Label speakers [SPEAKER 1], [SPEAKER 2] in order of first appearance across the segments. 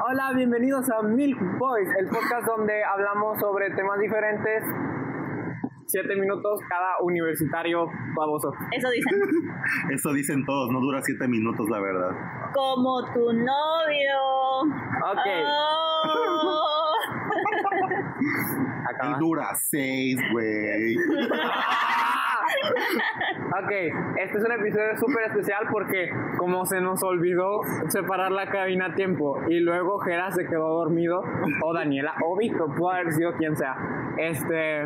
[SPEAKER 1] Hola, bienvenidos a Milk Boys, el podcast donde hablamos sobre temas diferentes. Siete minutos cada universitario baboso.
[SPEAKER 2] Eso dicen.
[SPEAKER 3] Eso dicen todos, no dura siete minutos, la verdad.
[SPEAKER 2] Como tu novio.
[SPEAKER 1] Ok.
[SPEAKER 2] Ah. Oh.
[SPEAKER 1] Acaba.
[SPEAKER 3] Y dura seis, güey.
[SPEAKER 1] Ok, este es un episodio súper especial porque como se nos olvidó separar la cabina a tiempo y luego Jera se quedó dormido o Daniela o Víctor, pudo haber sido quien sea. Este,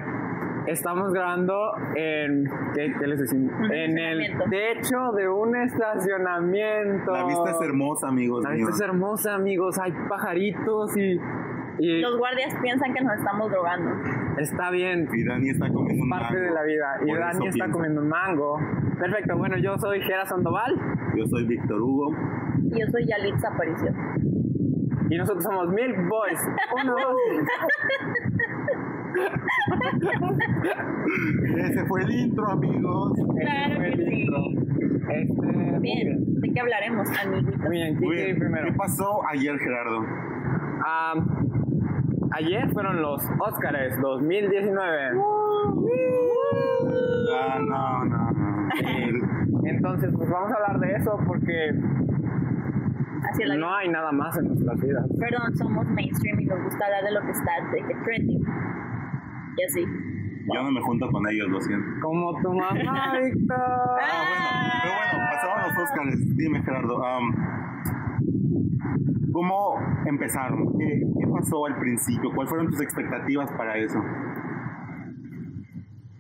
[SPEAKER 1] estamos grabando en, ¿qué, qué les decimos?
[SPEAKER 2] Un
[SPEAKER 1] En el
[SPEAKER 2] estacionamiento.
[SPEAKER 1] techo de un estacionamiento.
[SPEAKER 3] La vista es hermosa, amigos
[SPEAKER 1] La vista
[SPEAKER 3] míos.
[SPEAKER 1] es hermosa, amigos. Hay pajaritos y, y
[SPEAKER 2] Los guardias piensan que nos estamos drogando.
[SPEAKER 1] está bien.
[SPEAKER 3] Y Dani está comiendo un
[SPEAKER 1] Parte
[SPEAKER 3] mango.
[SPEAKER 1] de la vida. Y
[SPEAKER 3] Por eso
[SPEAKER 1] Dani está
[SPEAKER 3] pienso.
[SPEAKER 1] comiendo un mango. Perfecto. Bueno, yo soy Jera Sandoval.
[SPEAKER 3] Yo soy Víctor Hugo.
[SPEAKER 2] Y yo soy Yalitza Aparicio.
[SPEAKER 1] Y nosotros somos Milk Boys. Uno, dos.
[SPEAKER 3] Ese fue el intro, amigos.
[SPEAKER 2] Claro que sí.
[SPEAKER 1] Este,
[SPEAKER 2] Bien, ¿de qué hablaremos, amiguitos?
[SPEAKER 1] Muy bien, ¿quién
[SPEAKER 3] Muy
[SPEAKER 1] quiere ir
[SPEAKER 3] bien. ¿Qué
[SPEAKER 1] primero?
[SPEAKER 3] pasó ayer, Gerardo?
[SPEAKER 1] Ah, ayer fueron los Oscars 2019.
[SPEAKER 3] Ah, no, no, no.
[SPEAKER 1] Entonces, pues vamos a hablar de eso porque
[SPEAKER 2] Así es la
[SPEAKER 1] no hay nada más en nuestras vidas.
[SPEAKER 2] Perdón, somos mainstream y nos gusta hablar de lo que está de que trending. Y así.
[SPEAKER 3] Yo no me junto con ellos, lo siento.
[SPEAKER 1] Como tu mamá, Víctor.
[SPEAKER 3] Ah, bueno, pero bueno, pasaron los Óscares. Dime, Gerardo, am, ¿cómo empezaron? ¿Qué, qué pasó al principio? ¿Cuáles fueron tus expectativas para eso?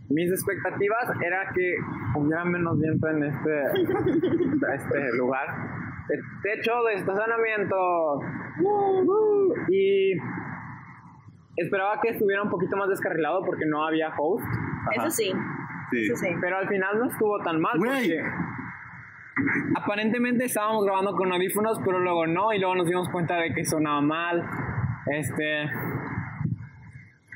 [SPEAKER 1] Mis expectativas era que hubiera menos viento en este, este lugar. El techo de estacionamiento. Y esperaba que estuviera un poquito más descarrilado porque no había host.
[SPEAKER 3] Ajá.
[SPEAKER 2] Eso sí,
[SPEAKER 3] Sí.
[SPEAKER 2] eso sí.
[SPEAKER 1] Pero al final no estuvo tan mal.
[SPEAKER 3] Güey.
[SPEAKER 1] porque aparentemente estábamos grabando con audífonos, pero luego no. Y luego nos dimos cuenta de que sonaba mal. Este.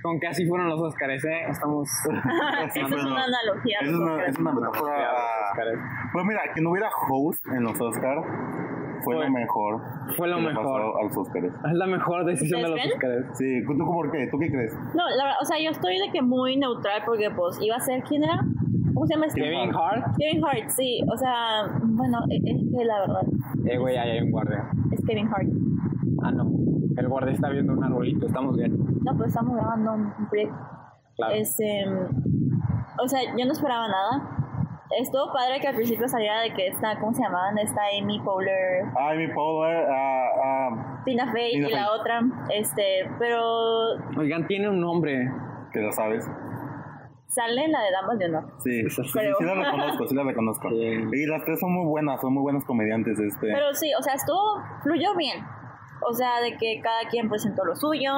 [SPEAKER 1] Con que así fueron los Oscars, ¿eh? Estamos.
[SPEAKER 3] Sí,
[SPEAKER 2] Eso es
[SPEAKER 3] bueno,
[SPEAKER 2] una analogía.
[SPEAKER 3] Es una, es una metáfora.
[SPEAKER 1] Ah. Óscares.
[SPEAKER 3] Pues mira, que no hubiera host en los Oscars fue,
[SPEAKER 1] Fue-
[SPEAKER 3] lo mejor.
[SPEAKER 1] fue lo
[SPEAKER 3] que le
[SPEAKER 1] mejor.
[SPEAKER 3] pasó a los Oscars.
[SPEAKER 1] Es la mejor decisión de los
[SPEAKER 2] ¿Ustedes
[SPEAKER 1] Oscars.
[SPEAKER 3] Sí, ¿tú por qué? ¿Tú qué crees?
[SPEAKER 2] No, la verdad, o sea, yo estoy de que muy neutral porque pues iba a ser quién era? ¿Cómo se llama este?
[SPEAKER 1] Kevin Hart.
[SPEAKER 2] Kevin Hart, sí. O sea, bueno, e- es que la verdad
[SPEAKER 1] Eh, güey, ahí hay un guardia.
[SPEAKER 2] es Kevin Hart.
[SPEAKER 1] Ah, no. El guardia está viendo un arbolito. Estamos bien.
[SPEAKER 2] No, pues estamos grabando un un proyecto.
[SPEAKER 1] Claro.
[SPEAKER 2] Este, o sea, yo no esperaba nada. Estuvo padre que al principio saliera de que esta, ¿cómo se llamaban? Esta Amy Powler,
[SPEAKER 3] Ay, mi Powder, ah, ah,
[SPEAKER 2] Tina Fey
[SPEAKER 3] Tina
[SPEAKER 2] y la
[SPEAKER 3] Fey.
[SPEAKER 2] otra. Este, pero
[SPEAKER 1] Oigan, tiene un nombre.
[SPEAKER 3] que lo sabes.
[SPEAKER 2] sale la de Damas de Honor.
[SPEAKER 3] Sí, sí, sí,
[SPEAKER 2] Creo.
[SPEAKER 3] sí la reconozco, sí la reconozco.
[SPEAKER 1] Sí.
[SPEAKER 3] Y las tres son muy buenas, son muy buenos comediantes. Este.
[SPEAKER 2] Pero sí, o sea, estuvo, fluyó bien. O sea, de que cada quien presentó lo suyo,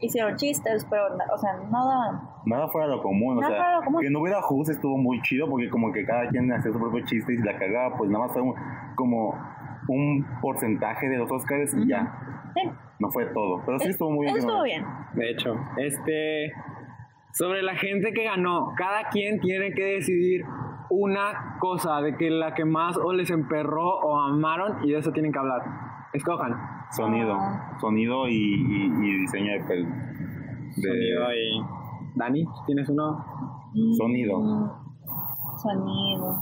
[SPEAKER 2] hicieron chistes, pero, na- o sea, nada.
[SPEAKER 3] Nada fuera de lo común,
[SPEAKER 2] Nada
[SPEAKER 3] o
[SPEAKER 2] fuera de
[SPEAKER 3] sea,
[SPEAKER 2] lo común.
[SPEAKER 3] que no hubiera host estuvo muy chido porque como que cada quien hacía su propio chiste y si la cagaba, pues nada más fue un- como un porcentaje de los Oscars y ya,
[SPEAKER 2] Sí.
[SPEAKER 3] no fue todo, pero sí estuvo muy bien. que no-
[SPEAKER 2] Estuvo bien.
[SPEAKER 1] De hecho, este. Sobre la gente que ganó, cada quien tiene que decidir una cosa de que la que más o les emperró o amaron y de eso tienen que hablar. Escojan.
[SPEAKER 3] Sonido,
[SPEAKER 2] Ah.
[SPEAKER 3] sonido y, y- y diseño de pel- de-
[SPEAKER 1] Sonido y. Dani, ¿tienes uno?
[SPEAKER 3] Sonido.
[SPEAKER 2] Mm, Sonido.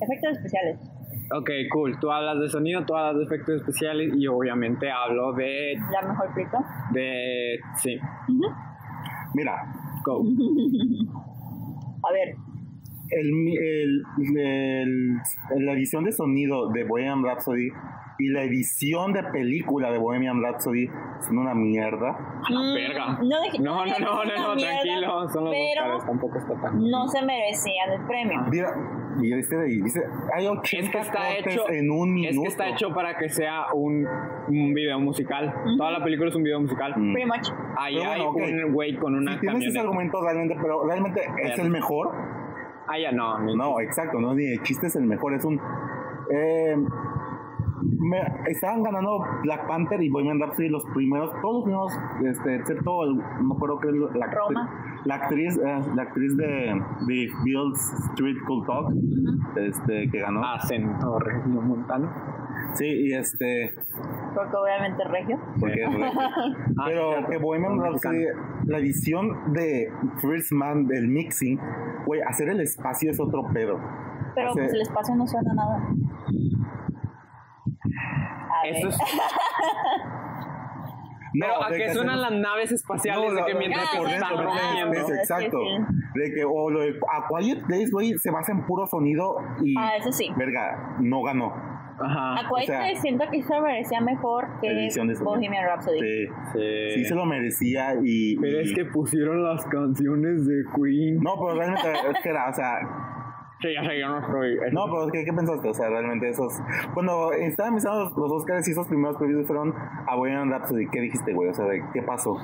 [SPEAKER 2] Efectos especiales.
[SPEAKER 1] Ok, cool. Tú hablas de sonido, tú hablas de efectos especiales y obviamente hablo de.
[SPEAKER 2] La mejor película.
[SPEAKER 1] de. sí.
[SPEAKER 3] Mira,
[SPEAKER 1] Go.
[SPEAKER 2] A ver,
[SPEAKER 3] el, mi- el- el- la edición de sonido de Bohemian Rhapsody y la edición de película de Bohemian Rhapsody son una mierda.
[SPEAKER 1] Ah, la
[SPEAKER 2] Mm,
[SPEAKER 1] verga.
[SPEAKER 2] No, dije-
[SPEAKER 1] No, no,
[SPEAKER 2] dije
[SPEAKER 1] no,
[SPEAKER 2] que es una
[SPEAKER 1] no, no,
[SPEAKER 2] mierda,
[SPEAKER 1] tranquilo. Son los
[SPEAKER 2] Pero
[SPEAKER 1] Óscares, tampoco está tan.
[SPEAKER 2] no se merecían el premio.
[SPEAKER 1] Ah.
[SPEAKER 3] Mira, y este de ahí dice, hay 80
[SPEAKER 1] Es que está
[SPEAKER 3] cortes
[SPEAKER 1] hecho.
[SPEAKER 3] en un minuto.
[SPEAKER 1] Es que está hecho para que sea un, un video musical. Toda la película es un video musical.
[SPEAKER 3] Mm.
[SPEAKER 2] Pretty much.
[SPEAKER 1] Ahí
[SPEAKER 3] Pero
[SPEAKER 1] hay
[SPEAKER 3] bueno, ok.
[SPEAKER 1] un güey con una
[SPEAKER 3] Si tienes ese
[SPEAKER 1] camioneta.
[SPEAKER 3] argumento realmente, pero realmente es
[SPEAKER 1] Vean.
[SPEAKER 3] el mejor.
[SPEAKER 1] Ah, ya no. ni-
[SPEAKER 3] No, exacto, no ni de chiste es el mejor, es un eh, me- estaban ganando Black Panther y Bohemian Rhapsody los primeros, todos los primeros, este, excepto el- no me acuerdo que la, actri-
[SPEAKER 2] Roma.
[SPEAKER 3] la actriz, eh, la actriz de, de Beale Street Cool Talk,
[SPEAKER 1] Ah.
[SPEAKER 3] este, que ganó.
[SPEAKER 1] Acento regiomontano.
[SPEAKER 3] Sí, y este
[SPEAKER 2] porque obviamente es regio.
[SPEAKER 3] Porque es regio.
[SPEAKER 1] Eh. Ah,
[SPEAKER 3] Pero
[SPEAKER 1] cierto.
[SPEAKER 3] que Bohemian Rhapsody, la edición de First Man del mixing, güey, hacer el espacio es otro pedo.
[SPEAKER 2] Pero
[SPEAKER 3] Hace-
[SPEAKER 2] pues el espacio no suena a nada. A ver.
[SPEAKER 1] Eso es-
[SPEAKER 3] No,
[SPEAKER 1] Pero a
[SPEAKER 3] de
[SPEAKER 1] que suenan
[SPEAKER 3] hacemos-
[SPEAKER 1] las naves espaciales
[SPEAKER 3] No,
[SPEAKER 1] de
[SPEAKER 3] la-
[SPEAKER 1] que
[SPEAKER 3] la-
[SPEAKER 1] mientras
[SPEAKER 2] Ah,
[SPEAKER 1] que
[SPEAKER 3] por
[SPEAKER 2] ya,
[SPEAKER 1] están
[SPEAKER 2] ya,
[SPEAKER 3] dentro, ¿no?
[SPEAKER 1] rompiendo.
[SPEAKER 3] Es
[SPEAKER 2] ya,
[SPEAKER 3] exacto.
[SPEAKER 2] sí.
[SPEAKER 3] De que, o lo de A Quiet Days, güey, se basa en puro sonido y.
[SPEAKER 2] Ah, eso sí.
[SPEAKER 3] Verga, no ganó.
[SPEAKER 1] Ajá.
[SPEAKER 2] A Quiet
[SPEAKER 3] o sea,
[SPEAKER 2] Place siento que se merecía mejor que
[SPEAKER 3] edición de sonido.
[SPEAKER 2] Bohemian Rhapsody.
[SPEAKER 3] Sí,
[SPEAKER 1] Sí.
[SPEAKER 3] sí se lo merecía y.
[SPEAKER 1] Pero
[SPEAKER 3] y-
[SPEAKER 1] es que pusieron las canciones de Queen.
[SPEAKER 3] No, pero realmente, es que era, o sea,
[SPEAKER 1] Sí, ya sé, yo no estoy.
[SPEAKER 3] no, pero ¿qué, qué pensaste? O sea, realmente esos. Cuando estaban empezando los, los Oscars y esos primeros previews fueron a Bohemian Rhapsody, ¿qué dijiste, güey? O sea, ¿de ¿qué pasó?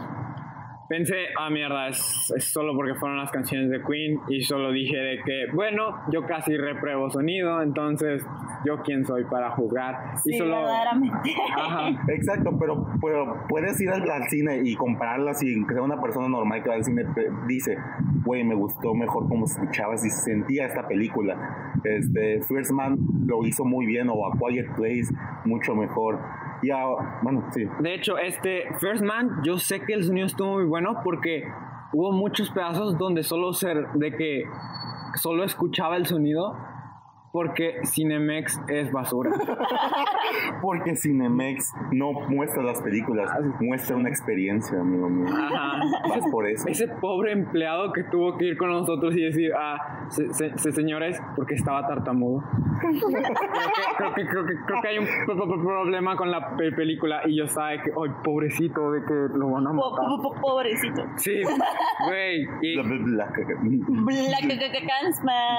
[SPEAKER 1] Pensé, ah, mierda, es, es solo porque fueron las canciones de Queen y solo dije de que, bueno, yo casi repruebo sonido, entonces, ¿yo quién soy para juzgar?
[SPEAKER 2] Sí,
[SPEAKER 1] y solo... Ah,
[SPEAKER 2] verdaderamente.
[SPEAKER 1] Ajá.
[SPEAKER 3] Exacto, pero, pero puedes ir al, al cine y compararlas y que sea una persona normal que va al cine pe- dice, güey, me gustó mejor cómo se escuchaba y se sentía esta película. Este, First Man lo hizo muy bien o A Quiet Place mucho mejor. Y a- bueno, sí.
[SPEAKER 1] De hecho, este First Man, yo sé que el sonido estuvo muy bueno porque hubo muchos pedazos donde solo ser de que solo escuchaba el sonido porque Cinemex es basura.
[SPEAKER 3] Porque Cinemex no muestra las películas, muestra una experiencia, amigo mío.
[SPEAKER 1] Ajá.
[SPEAKER 3] Vas por eso.
[SPEAKER 1] Ese pobre empleado que tuvo que ir con nosotros y decir, ah, se- se- se- señores, porque estaba tartamudo. creo, que, creo, que, creo, que, creo que hay un pro- pro- pro- problema con la pe- película y yo sabe que, ay, pobrecito, de que lo van a
[SPEAKER 2] Po-
[SPEAKER 1] matar.
[SPEAKER 2] po- po- Pobrecito.
[SPEAKER 1] Sí, güey. y-
[SPEAKER 3] Bla, bla, bla, caca.
[SPEAKER 2] Black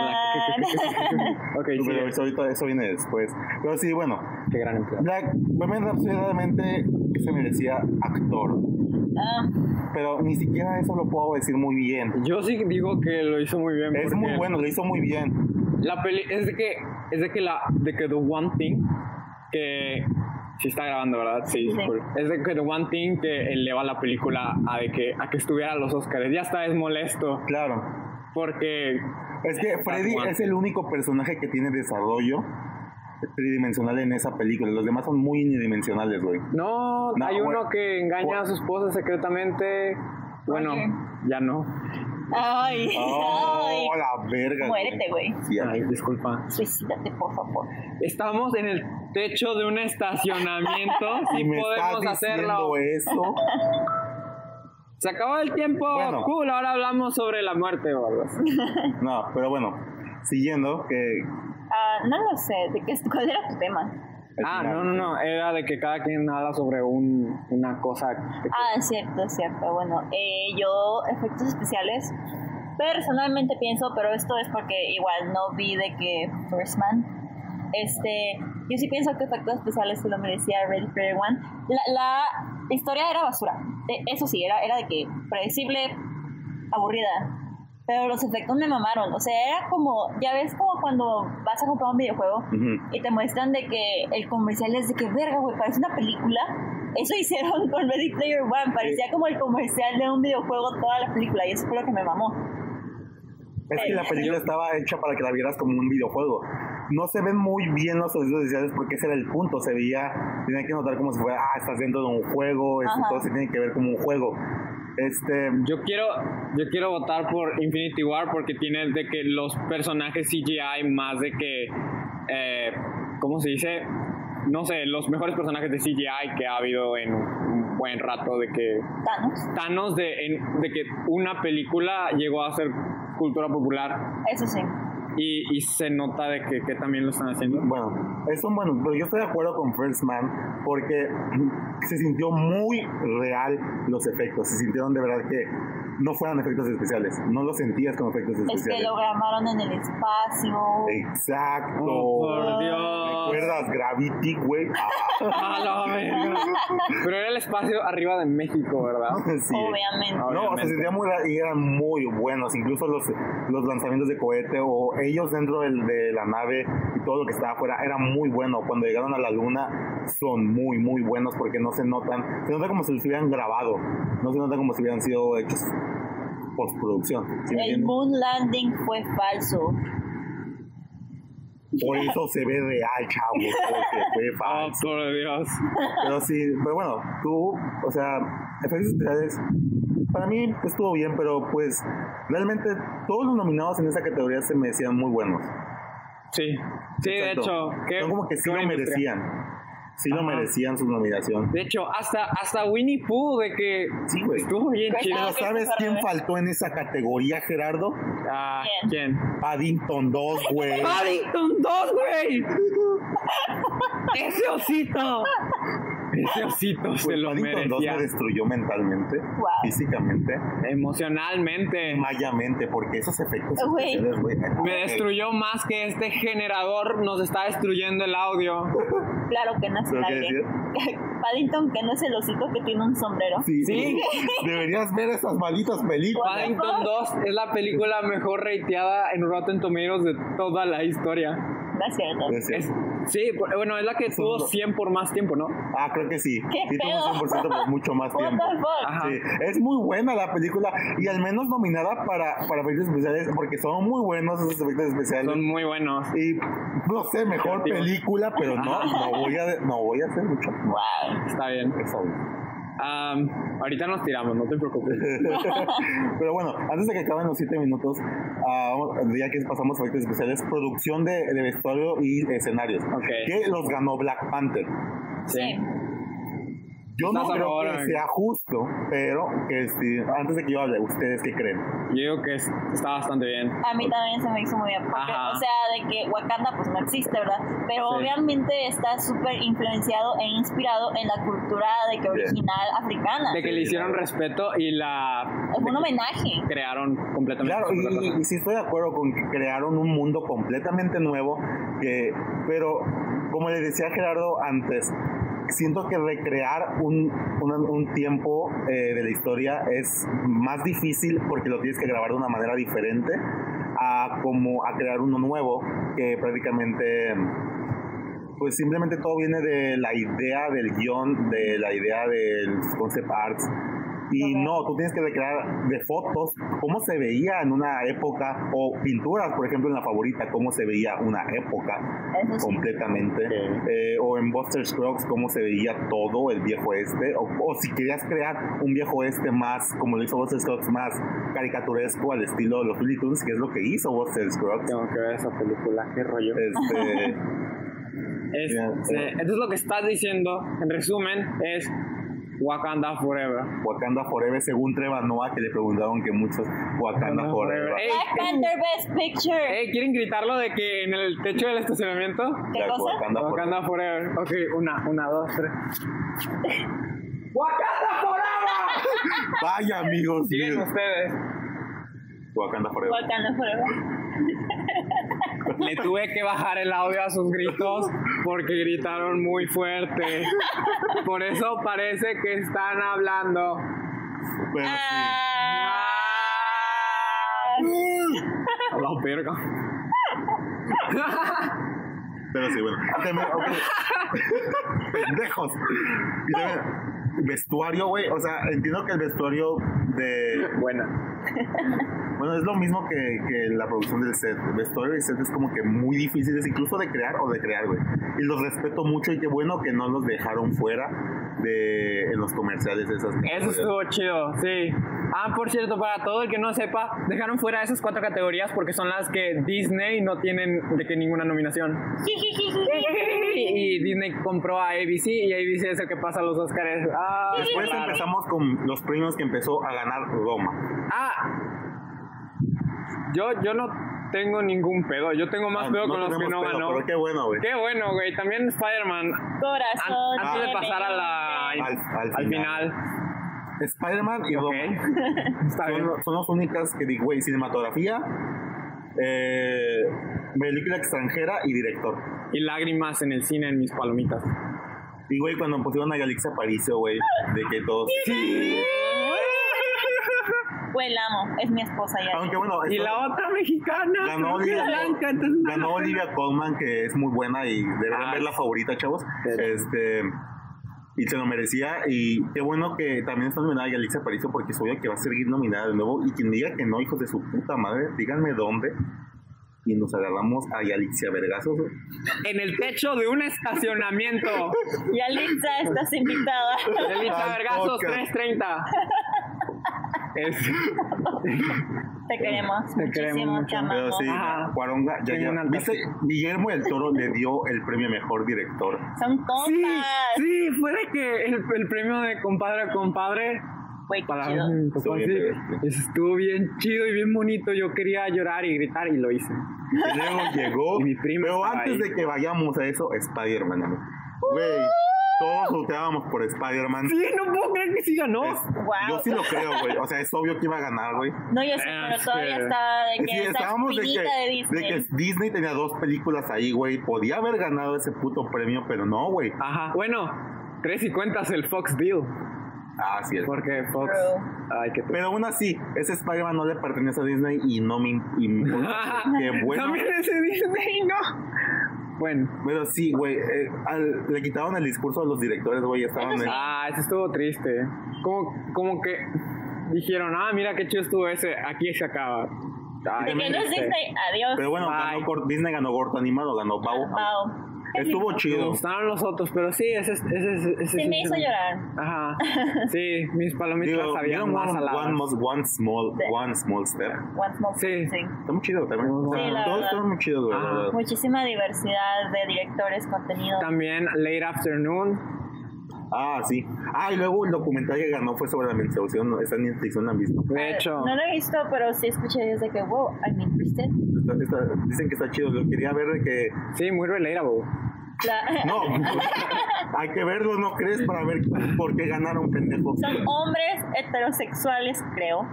[SPEAKER 2] Cansman.
[SPEAKER 1] Ok, sí,
[SPEAKER 3] Pero eso, ahorita- eso viene después. Pero sí, bueno,
[SPEAKER 1] qué gran empleado.
[SPEAKER 3] Black Bohemian Rhapsody realmente se merecía actor,
[SPEAKER 2] Ah,
[SPEAKER 3] pero ni siquiera eso lo puedo decir muy bien.
[SPEAKER 1] Yo sí digo que lo hizo muy bien.
[SPEAKER 3] Es muy
[SPEAKER 1] porque
[SPEAKER 3] bueno, lo hizo muy bien.
[SPEAKER 1] La peli es de que es de que la de que the one thing que sí está grabando, ¿verdad? Sí.
[SPEAKER 2] Sí.
[SPEAKER 1] cool. Es de que the one thing que eleva la película a de que a que estuviera los Oscars. Ya está es molesto
[SPEAKER 3] Claro.
[SPEAKER 1] porque
[SPEAKER 3] Es que Freddy es el único personaje que tiene desarrollo tridimensional en esa película. Los demás son muy unidimensionales, güey.
[SPEAKER 1] no,
[SPEAKER 3] No,
[SPEAKER 1] hay
[SPEAKER 3] bueno.
[SPEAKER 1] uno que engaña a su esposa secretamente. Bueno,
[SPEAKER 2] Oye.
[SPEAKER 1] ya no.
[SPEAKER 2] Ay, ay.
[SPEAKER 3] Oh, la verga.
[SPEAKER 2] Muérete, güey.
[SPEAKER 3] Sí, ya.
[SPEAKER 1] Ay, disculpa.
[SPEAKER 2] Suicídate, por favor.
[SPEAKER 1] Estamos en el techo de un estacionamiento. Si
[SPEAKER 3] Y me
[SPEAKER 1] podemos
[SPEAKER 3] estás
[SPEAKER 1] hacerlo.
[SPEAKER 3] diciendo eso.
[SPEAKER 1] Se acabó el tiempo,
[SPEAKER 3] Bueno.
[SPEAKER 1] cool, ahora hablamos sobre la muerte o algo así.
[SPEAKER 3] No, pero bueno, siguiendo que
[SPEAKER 2] Ah, no lo sé, ¿de qué, ¿cuál era tu tema?
[SPEAKER 3] al
[SPEAKER 1] Ah,
[SPEAKER 3] final-
[SPEAKER 1] no, no, no, era de que cada quien habla sobre un, una cosa. que-
[SPEAKER 2] Ah, es cierto, es cierto. Bueno, eh, yo, efectos especiales, personalmente pienso, pero esto es porque igual no vi de que First Man. Este, yo sí pienso que efectos especiales se lo merecía Ready Player One. La, la historia era basura, de- eso sí, era, era de que predecible, aburrida. Pero los efectos me mamaron. O sea, era como, ya ves como cuando vas a comprar un videojuego
[SPEAKER 3] Ujú.
[SPEAKER 2] y te muestran de que el comercial es de que verga, güey, parece una película. Eso hicieron con Ready Player One, parecía como el comercial de un videojuego toda la película y eso fue lo que me mamó.
[SPEAKER 3] Es que la película estaba hecha para que la vieras como un videojuego. No se ven muy bien los efectos especiales porque ese era el punto. Se veía, tenía que notar como si fuera, ah, estás dentro de un juego, esto
[SPEAKER 2] Ajá.
[SPEAKER 3] todo se tiene que ver como un juego. Este,
[SPEAKER 1] Yo quiero, yo quiero votar por Infinity War porque tiene de que los personajes CGI más de que, eh, ¿cómo se dice? No sé, los mejores personajes de CGI que ha habido en un buen rato de que
[SPEAKER 2] Thanos,
[SPEAKER 1] Thanos de, en- de que una película llegó a ser cultura popular
[SPEAKER 2] eso sí.
[SPEAKER 1] y, y se nota de que, que también lo están haciendo.
[SPEAKER 3] bueno, es un bueno, pero yo estoy de acuerdo con First Man porque se sintió muy real los efectos. Se sintieron de verdad que no fueran efectos especiales. No los sentías como efectos
[SPEAKER 2] Es que
[SPEAKER 3] especiales.
[SPEAKER 2] lo grabaron en el espacio.
[SPEAKER 3] Exacto.
[SPEAKER 1] Oh, por Dios.
[SPEAKER 3] ¿Recuerdas Gravity, güey? Ah,
[SPEAKER 1] A la verga. Pero era el espacio arriba de México, ¿verdad?
[SPEAKER 3] Ah, sí.
[SPEAKER 2] Oh,
[SPEAKER 1] Ah,
[SPEAKER 2] Obviamente.
[SPEAKER 3] No, o sea,
[SPEAKER 1] Obviamente.
[SPEAKER 3] se sentía muy ra- y eran muy buenos, incluso los, los lanzamientos de cohete o ellos dentro del- de la nave y todo lo que estaba afuera era muy bueno. Cuando llegaron a la luna son muy, muy buenos porque no se notan, se nota como si los hubieran grabado, no se nota como si hubieran sido hechos postproducción. ¿sí me
[SPEAKER 2] El
[SPEAKER 3] entiendes?
[SPEAKER 2] moon landing fue falso.
[SPEAKER 3] Por eso se ve real, chavos, porque fue
[SPEAKER 1] Oh,
[SPEAKER 3] falso.
[SPEAKER 1] por Dios.
[SPEAKER 3] Pero sí, pero bueno, tú, o sea, efectos especiales, para mí estuvo bien, pero pues realmente todos los nominados en esa categoría se me decían muy buenos.
[SPEAKER 1] Sí. Sí, de
[SPEAKER 3] Exacto.
[SPEAKER 1] hecho. qué-
[SPEAKER 3] Son como que sí
[SPEAKER 1] qué
[SPEAKER 3] lo
[SPEAKER 1] buena industria.
[SPEAKER 3] merecían. Sí lo
[SPEAKER 1] Ajá.
[SPEAKER 3] merecían su nominación.
[SPEAKER 1] De hecho, hasta, hasta Winnie Pooh de que
[SPEAKER 3] Sí, güey.
[SPEAKER 1] estuvo bien
[SPEAKER 2] Pues,
[SPEAKER 1] chido.
[SPEAKER 2] ah,
[SPEAKER 3] Pero ¿sabes quién faltó en esa categoría, Gerardo?
[SPEAKER 1] Ah, ¿quién?
[SPEAKER 3] Paddington 2, güey.
[SPEAKER 1] Ah, ¡Paddington 2, güey! ¡Ese osito! Ese osito se
[SPEAKER 3] Güey,
[SPEAKER 1] lo
[SPEAKER 3] Pues Paddington 2
[SPEAKER 1] merecía.
[SPEAKER 3] me destruyó mentalmente,
[SPEAKER 2] Wow.
[SPEAKER 3] físicamente,
[SPEAKER 1] Emocionalmente.
[SPEAKER 3] mayamente, porque esos efectos
[SPEAKER 2] Güey.
[SPEAKER 3] especiales, güey.
[SPEAKER 1] Me destruyó más que este generador nos está destruyendo el audio.
[SPEAKER 2] Claro que no es el
[SPEAKER 3] ¿Pero qué
[SPEAKER 2] aire. Paddington, que no es el osito que tiene un sombrero.
[SPEAKER 3] Sí.
[SPEAKER 1] Sí.
[SPEAKER 3] Deberías ver esas malditas películas.
[SPEAKER 1] Paddington 2 es la película mejor rateada en Rotten Tomatoes de toda la historia.
[SPEAKER 2] No es cierto.
[SPEAKER 3] Es cierto.
[SPEAKER 1] Es- sí, por- bueno, es la que tuvo 100 por más tiempo, ¿no?
[SPEAKER 3] Ah, creo que sí.
[SPEAKER 2] ¿Qué
[SPEAKER 3] Sí, tuvo
[SPEAKER 2] pedo?
[SPEAKER 3] un 100% por mucho más
[SPEAKER 2] What
[SPEAKER 3] tiempo.
[SPEAKER 2] the fuck?
[SPEAKER 1] Ajá.
[SPEAKER 3] Sí, es muy buena la película y al menos nominada para, para efectos especiales porque son muy buenos esos efectos especiales.
[SPEAKER 1] Son muy buenos.
[SPEAKER 3] Y no sé, mejor
[SPEAKER 1] Creativos.
[SPEAKER 3] película, pero no, no voy a, no voy a hacer mucho.
[SPEAKER 2] Wow.
[SPEAKER 1] Está bien.
[SPEAKER 3] Eso.
[SPEAKER 1] Am, ahorita nos tiramos, no te preocupes.
[SPEAKER 3] Pero bueno, antes de que acaben los 7 minutos, ah, ya que pasamos a efectos especiales, producción de, de vestuario y escenarios.
[SPEAKER 1] Ok.
[SPEAKER 3] Que los ganó Black Panther.
[SPEAKER 1] Ah,
[SPEAKER 2] Sí.
[SPEAKER 3] Yo no
[SPEAKER 1] Estás a
[SPEAKER 3] creo
[SPEAKER 1] favor,
[SPEAKER 3] que
[SPEAKER 1] amigo.
[SPEAKER 3] sea justo, pero que sí, antes de que yo hable, ¿ustedes qué creen?
[SPEAKER 1] Yo digo que es- está bastante bien.
[SPEAKER 2] A mí también se me hizo muy bien. Porque,
[SPEAKER 1] Ajá.
[SPEAKER 2] o sea, de que Wakanda pues no existe, ¿verdad?
[SPEAKER 1] Sí.
[SPEAKER 2] Pero obviamente está súper influenciado e inspirado en la cultura de que original africana.
[SPEAKER 1] De que le hicieron respeto y la
[SPEAKER 2] Es un homenaje.
[SPEAKER 1] crearon completamente.
[SPEAKER 3] Claro,
[SPEAKER 1] sobre la
[SPEAKER 3] y,
[SPEAKER 1] cosa.
[SPEAKER 3] y sí estoy de acuerdo con que crearon un mundo completamente nuevo, que, pero como le decía Gerardo antes, siento que recrear un, un- un tiempo eh, de la historia es más difícil porque lo tienes que grabar de una manera diferente a como a crear uno nuevo, que prácticamente... Pues simplemente todo viene de la idea del guión, de la idea del concept arts. Y no, tú tienes que recrear de fotos cómo se veía en una época, o pinturas, por ejemplo, en la favorita, cómo se veía una época
[SPEAKER 2] Eso sí.
[SPEAKER 3] completamente. Eh, o en Buster Scruggs, cómo se veía todo el viejo este. O, o si querías crear un viejo este más, como lo hizo Buster Scruggs, más caricaturesco al estilo de los Looney Tunes, que es lo que hizo Buster Scruggs.
[SPEAKER 1] Tengo que ver esa película, qué rollo. Es-
[SPEAKER 3] Este, Ya,
[SPEAKER 1] se-
[SPEAKER 3] ya.
[SPEAKER 1] entonces lo que estás diciendo, en resumen, es Wakanda Forever.
[SPEAKER 3] Wakanda Forever, según Trevor Noah, que le preguntaron que muchos Wakanda
[SPEAKER 1] Wakanda
[SPEAKER 3] Forever.
[SPEAKER 1] Forever. Ey,
[SPEAKER 2] Black Panther Best Picture.
[SPEAKER 1] Eh, ¿Quieren gritarlo de que en el techo del estacionamiento?
[SPEAKER 2] ¿Qué
[SPEAKER 3] La
[SPEAKER 2] cosa?
[SPEAKER 3] Wakanda Forever.
[SPEAKER 1] Wakanda Forever. Ok, una, una, dos, tres. ¡Wakanda Forever!
[SPEAKER 3] Vaya amigos,
[SPEAKER 1] Siguen
[SPEAKER 3] míos.
[SPEAKER 1] ustedes.
[SPEAKER 3] Wakanda Forever.
[SPEAKER 2] Wakanda Forever.
[SPEAKER 1] Le tuve que bajar el audio a sus gritos porque gritaron muy fuerte. Por eso parece que están hablando.
[SPEAKER 3] Pero
[SPEAKER 2] Ah.
[SPEAKER 3] sí. Mm.
[SPEAKER 1] La verga.
[SPEAKER 3] Pero sí, bueno. También, ok. Pendejos. Y también, vestuario, güey. O sea, entiendo que el vestuario de.
[SPEAKER 1] Buena.
[SPEAKER 3] Bueno, es lo mismo que, que la producción del set. El vestuario del set es como que muy difícil, es incluso de crear o de crear, güey. Y los respeto mucho y qué bueno que no los dejaron fuera de en los comerciales de esas.
[SPEAKER 1] Eso estuvo chido, sí. Ah, por cierto, para todo el que no sepa, dejaron fuera esas cuatro categorías porque son las que Disney no tienen de que ninguna nominación. Y Disney compró a ABC y ABC es el que pasa a los Oscars. Ah,
[SPEAKER 3] Después
[SPEAKER 1] claro.
[SPEAKER 3] empezamos con los premios que empezó a ganar Roma.
[SPEAKER 1] Ah, yo, yo no tengo ningún pedo. Yo tengo más
[SPEAKER 3] Ah,
[SPEAKER 1] pedo con los que
[SPEAKER 3] tenemos
[SPEAKER 1] no
[SPEAKER 3] pedo,
[SPEAKER 1] ganó.
[SPEAKER 3] Pero qué bueno, güey.
[SPEAKER 1] Qué bueno, güey. También Spider-Man. An-
[SPEAKER 2] Corazón.
[SPEAKER 1] antes de pasar a la.
[SPEAKER 2] mente.
[SPEAKER 3] Al- al
[SPEAKER 1] final.
[SPEAKER 3] Spider-Man y
[SPEAKER 1] Ok.
[SPEAKER 3] Roma.
[SPEAKER 1] Está bien.
[SPEAKER 3] son, son las únicas que digo, güey, cinematografía, eh, película extranjera y director.
[SPEAKER 1] Y lágrimas en el cine en mis palomitas.
[SPEAKER 3] Y, güey, cuando pusieron a Yalixa Aparicio, güey, de que todos...
[SPEAKER 2] Güey, la amo. Es mi esposa ya.
[SPEAKER 3] Aunque, bueno,
[SPEAKER 1] Y
[SPEAKER 3] esto-
[SPEAKER 1] la otra mexicana.
[SPEAKER 3] ganó
[SPEAKER 1] creo que es
[SPEAKER 3] Olivia,
[SPEAKER 1] blanca, entonces no
[SPEAKER 3] ganó
[SPEAKER 1] la-
[SPEAKER 3] Olivia Colman, que es muy buena y deberían
[SPEAKER 1] Ah,
[SPEAKER 3] ver la
[SPEAKER 1] sí.
[SPEAKER 3] favorita, chavos. Este... Y se lo merecía, y qué bueno que también está nominada Yalixa Aparicio, porque es obvio que va a seguir nominada de nuevo. Y quien diga que no, hijos de su puta madre, díganme dónde. y nos agarramos a Yalixia Vergazos.
[SPEAKER 1] En el techo de un estacionamiento.
[SPEAKER 2] Y Alitza, estás invitada.
[SPEAKER 1] Delita
[SPEAKER 3] Al
[SPEAKER 1] Vergazos
[SPEAKER 3] podcast.
[SPEAKER 1] 330. Es-
[SPEAKER 2] Te queremos.
[SPEAKER 1] Te queremos
[SPEAKER 2] muchísimo,
[SPEAKER 1] mucho.
[SPEAKER 2] Te amamos.
[SPEAKER 3] Pero sí,
[SPEAKER 1] Ajá.
[SPEAKER 3] Cuaronga, ya,
[SPEAKER 1] Tengo
[SPEAKER 3] ya.
[SPEAKER 1] un altar.
[SPEAKER 3] ¿Viste? Guillermo del Toro le dio el premio mejor director.
[SPEAKER 2] Son compas.
[SPEAKER 1] Sí, sí, fue de que el, el premio de compadre a compadre
[SPEAKER 2] Güey, qué
[SPEAKER 1] para
[SPEAKER 2] chido.
[SPEAKER 1] mi papá,
[SPEAKER 3] Estuvo bien
[SPEAKER 1] sí,
[SPEAKER 3] divertido.
[SPEAKER 1] estuvo bien chido y bien bonito. Yo quería llorar y gritar y lo hice.
[SPEAKER 3] Y luego llegó.
[SPEAKER 1] Y mi prima
[SPEAKER 3] pero
[SPEAKER 1] estaba
[SPEAKER 3] antes
[SPEAKER 1] ahí.
[SPEAKER 3] de que vayamos a eso, Spider-Man. amigo. Güey, todos luteábamos por Spider-Man.
[SPEAKER 1] Sí, Oh, no puedo creer que sí ganó.
[SPEAKER 3] Es-
[SPEAKER 2] Wow.
[SPEAKER 3] Yo sí lo creo, güey. O sea, es obvio que iba a ganar, güey.
[SPEAKER 2] No, yo sí,
[SPEAKER 1] Ah,
[SPEAKER 2] pero
[SPEAKER 1] sí.
[SPEAKER 2] todavía está de que
[SPEAKER 3] Sí,
[SPEAKER 2] esa
[SPEAKER 3] estábamos de que,
[SPEAKER 2] espinita de
[SPEAKER 3] de
[SPEAKER 2] Disney.
[SPEAKER 3] que Disney tenía dos películas ahí, güey. Podía haber ganado ese puto premio, pero no, güey.
[SPEAKER 1] Ajá. Bueno, tres y cuentas el Fox Deal.
[SPEAKER 3] Ah, sí. es.
[SPEAKER 1] Porque Fox. Ay, qué
[SPEAKER 3] Pero aún así, ese Spider-Man no le pertenece a Disney y no me... im- y me importa, qué bueno.
[SPEAKER 1] También ese Disney, no. Bueno.
[SPEAKER 3] Pero sí, güey, eh, al- le quitaron el discurso a los directores, güey, estaban
[SPEAKER 2] Eso
[SPEAKER 3] en...
[SPEAKER 2] sí.
[SPEAKER 1] Ah, eso estuvo triste. Como, como que dijeron, ah, mira qué chido estuvo ese, aquí se acaba. Ay,
[SPEAKER 2] De que no es
[SPEAKER 1] triste.
[SPEAKER 2] Disney, adiós.
[SPEAKER 3] Pero bueno, ganó
[SPEAKER 1] Bye.
[SPEAKER 3] cor- Disney ganó corto animado, ganó Bao.
[SPEAKER 2] Pau.
[SPEAKER 3] Estuvo
[SPEAKER 1] Me
[SPEAKER 3] chido.
[SPEAKER 1] gustaron los otros, pero sí, ese, ese, ese, ese
[SPEAKER 2] Sí, me hizo llorar.
[SPEAKER 1] Ajá. Sí, mis palomitas
[SPEAKER 3] Digo,
[SPEAKER 1] sabían
[SPEAKER 3] vieron
[SPEAKER 1] más
[SPEAKER 3] one,
[SPEAKER 1] saladas.
[SPEAKER 3] one, Most- one small,
[SPEAKER 2] Sí.
[SPEAKER 3] one small step.
[SPEAKER 2] Once more.
[SPEAKER 1] Sí.
[SPEAKER 2] sí.
[SPEAKER 3] Está muy chido también. O sea,
[SPEAKER 2] Sí, la verdad.
[SPEAKER 3] todos
[SPEAKER 2] Ah,
[SPEAKER 3] están muy chidos, güey. la
[SPEAKER 1] Ajá.
[SPEAKER 3] verdad.
[SPEAKER 2] Muchísima diversidad de directores, contenido.
[SPEAKER 1] También Late Afternoon.
[SPEAKER 3] Ah, sí. Ah, y luego el documental que ganó fue sobre la menstruación. Está en Netflix, no la han visto.
[SPEAKER 1] De hecho,
[SPEAKER 2] Ah, No lo he visto, pero sí escuché desde que, wow, I'm interested.
[SPEAKER 3] Está- está- dicen que está chido. Lo quería ver de que.
[SPEAKER 1] sí, muy relatable.
[SPEAKER 2] La-
[SPEAKER 3] No, hay que verlo, ¿no crees? Para ver por qué ganaron pendejos.
[SPEAKER 2] Son hombres heterosexuales, creo.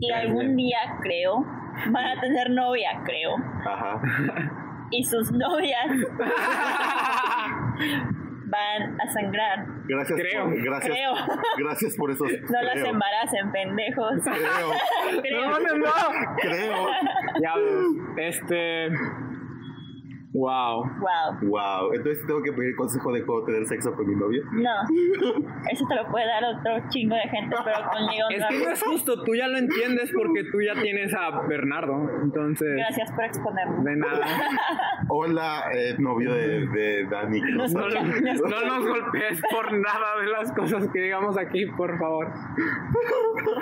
[SPEAKER 2] Y algún día, creo, van a tener novia, creo.
[SPEAKER 3] Ajá.
[SPEAKER 2] Y sus novias van a sangrar.
[SPEAKER 3] Gracias.
[SPEAKER 1] Creo.
[SPEAKER 3] Por, gracias,
[SPEAKER 2] Creo.
[SPEAKER 3] gracias por esos.
[SPEAKER 2] No las embaracen, pendejos.
[SPEAKER 3] Creo.
[SPEAKER 2] Creo.
[SPEAKER 1] No, no, no.
[SPEAKER 3] Creo.
[SPEAKER 1] Ya, este. Wow.
[SPEAKER 2] Wow.
[SPEAKER 3] Wow. Entonces tengo que pedir consejo de cómo tener sexo con mi novio.
[SPEAKER 2] No. Eso te lo puede dar otro chingo de gente, pero conmigo
[SPEAKER 1] Es
[SPEAKER 2] no.
[SPEAKER 1] que no es justo, tú ya lo entiendes porque tú ya tienes a Bernardo. Entonces,
[SPEAKER 2] Gracias por exponerme.
[SPEAKER 1] de nada.
[SPEAKER 3] Hola, eh, novio de, de Dani. que
[SPEAKER 2] No
[SPEAKER 3] nos-
[SPEAKER 2] sé.
[SPEAKER 1] No, no- no nos golpees por nada de las cosas que digamos aquí, por favor.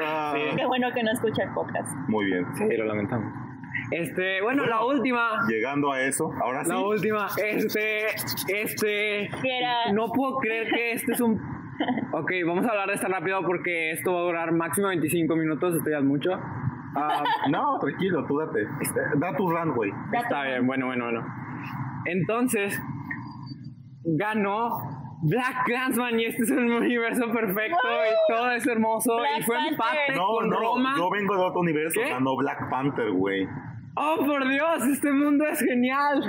[SPEAKER 3] Ah,
[SPEAKER 2] Qué bueno que no escucha el podcast.
[SPEAKER 3] Muy bien.
[SPEAKER 1] Sí, lo lamentamos. Este, bueno, la última.
[SPEAKER 3] Llegando a eso, ahora sí.
[SPEAKER 1] La última. Este, este.
[SPEAKER 2] Que era-
[SPEAKER 1] No puedo creer que este es un. Ok, vamos a hablar de esto rápido porque esto va a durar máximo 25 minutos, esto ya es mucho. Ah,
[SPEAKER 3] No, tranquilo, tú date. Da tu run, güey.
[SPEAKER 1] Está bien, bueno, bueno, bueno. Entonces, ganó Black Clansman y este es un universo perfecto y todo es hermoso y
[SPEAKER 2] Black
[SPEAKER 1] fue empate
[SPEAKER 2] Panther.
[SPEAKER 3] No,
[SPEAKER 1] con
[SPEAKER 3] no,
[SPEAKER 1] Roma.
[SPEAKER 3] yo vengo de otro universo,
[SPEAKER 1] ¿Qué?
[SPEAKER 3] ganó Black Panther, güey.
[SPEAKER 1] ¡Oh, por Dios! ¡Este mundo es genial!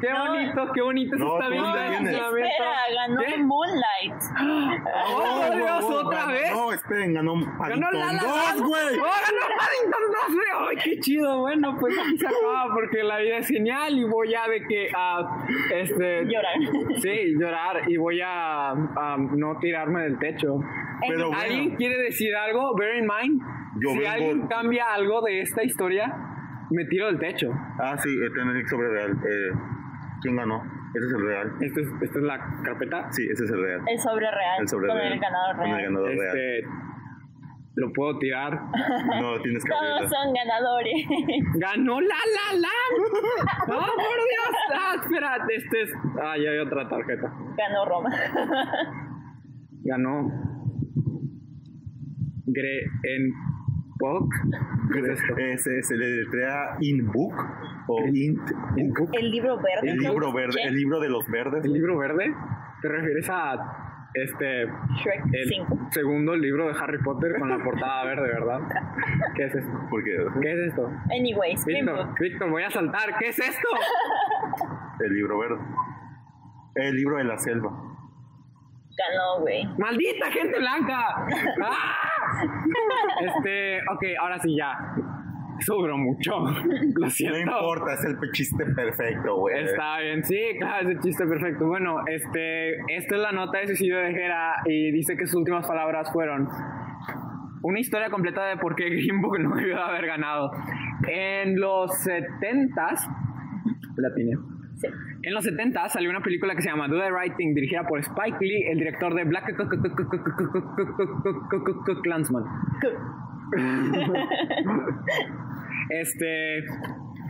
[SPEAKER 1] ¡Qué
[SPEAKER 2] No.
[SPEAKER 1] bonito, qué bonito se
[SPEAKER 3] No,
[SPEAKER 1] está
[SPEAKER 3] tú
[SPEAKER 1] viendo!
[SPEAKER 2] No,
[SPEAKER 3] dónde
[SPEAKER 1] el
[SPEAKER 3] vienes?
[SPEAKER 1] funcionamiento!
[SPEAKER 2] espera, ganó
[SPEAKER 1] ¿Qué?
[SPEAKER 2] Moonlight.
[SPEAKER 1] ¡Oh, por Dios!
[SPEAKER 3] wow, wow,
[SPEAKER 1] ¡Otra
[SPEAKER 3] ganó-
[SPEAKER 1] vez!
[SPEAKER 3] No, esperen, ganó
[SPEAKER 1] ¡Ganó La
[SPEAKER 3] Paddington
[SPEAKER 1] La Land.
[SPEAKER 3] 2, güey.
[SPEAKER 1] ¡Oh, ganó Paddington 2, güey! ¡Ay, qué chido! Bueno, pues aquí se acaba porque la vida es genial y voy a de que a... este...
[SPEAKER 2] Llorar.
[SPEAKER 1] Sí, llorar y voy a, a no tirarme del techo.
[SPEAKER 3] Pero bueno,
[SPEAKER 1] ¿Alguien quiere decir algo? Bear in mind,
[SPEAKER 3] Yo
[SPEAKER 1] si
[SPEAKER 3] vengo-
[SPEAKER 1] alguien cambia algo de esta historia, me tiro del techo.
[SPEAKER 3] ah, sí, este Netflix sobre real. Eh, ¿Quién ganó? Ese es el real.
[SPEAKER 1] Esta es, esta es la carpeta.
[SPEAKER 3] Sí, ese es el real.
[SPEAKER 2] El sobre real.
[SPEAKER 3] El sobre
[SPEAKER 2] con
[SPEAKER 3] real.
[SPEAKER 2] el ganador
[SPEAKER 3] Con
[SPEAKER 2] real.
[SPEAKER 3] el ganador real.
[SPEAKER 1] Este, lo puedo tirar.
[SPEAKER 3] No, tienes que
[SPEAKER 2] Todos
[SPEAKER 3] abrirlo.
[SPEAKER 2] son ganadores.
[SPEAKER 1] ¡Ganó la la la! ¡Ah, por Dios! ¡Ah, espera! Este es... Ah, ya hay otra tarjeta.
[SPEAKER 2] Ganó Roma.
[SPEAKER 1] Ganó... Gre... En... Pok. ¿Qué es esto?
[SPEAKER 3] Eh, se, se le letrea In Book o Int.
[SPEAKER 1] En Pok.
[SPEAKER 2] El libro verde.
[SPEAKER 3] El libro verde, el libro de los verdes.
[SPEAKER 1] ¿El libro verde? ¿Te refieres a este
[SPEAKER 2] Shrek
[SPEAKER 1] el
[SPEAKER 2] 5.
[SPEAKER 1] segundo libro de Harry Potter con la portada verde, verdad? ¿Qué es esto?
[SPEAKER 3] Porque
[SPEAKER 1] ¿Qué es esto?
[SPEAKER 2] Anyways, Green
[SPEAKER 1] Víctor,
[SPEAKER 2] Book.
[SPEAKER 1] Víctor, voy a saltar. ¿Qué es esto?
[SPEAKER 3] el libro verde. El libro de la selva.
[SPEAKER 2] Ganó, güey.
[SPEAKER 1] ¡Maldita gente blanca! ¡Ah! Este, ok, ahora sí ya. Sobró mucho. Lo
[SPEAKER 3] No
[SPEAKER 1] siento.
[SPEAKER 3] importa, es el chiste perfecto, güey.
[SPEAKER 1] Está bien, sí, claro, ese chiste perfecto. Bueno, este, esta es la nota de suicidio de Hera y dice que sus últimas palabras fueron una historia completa de por qué Green Book no debió de haber ganado. En los 70s, la tenía.
[SPEAKER 2] Sí.
[SPEAKER 1] En los 70 salió una película que se llama Do the Right Thing, dirigida por Spike Lee, el director de Black Clansman. Este,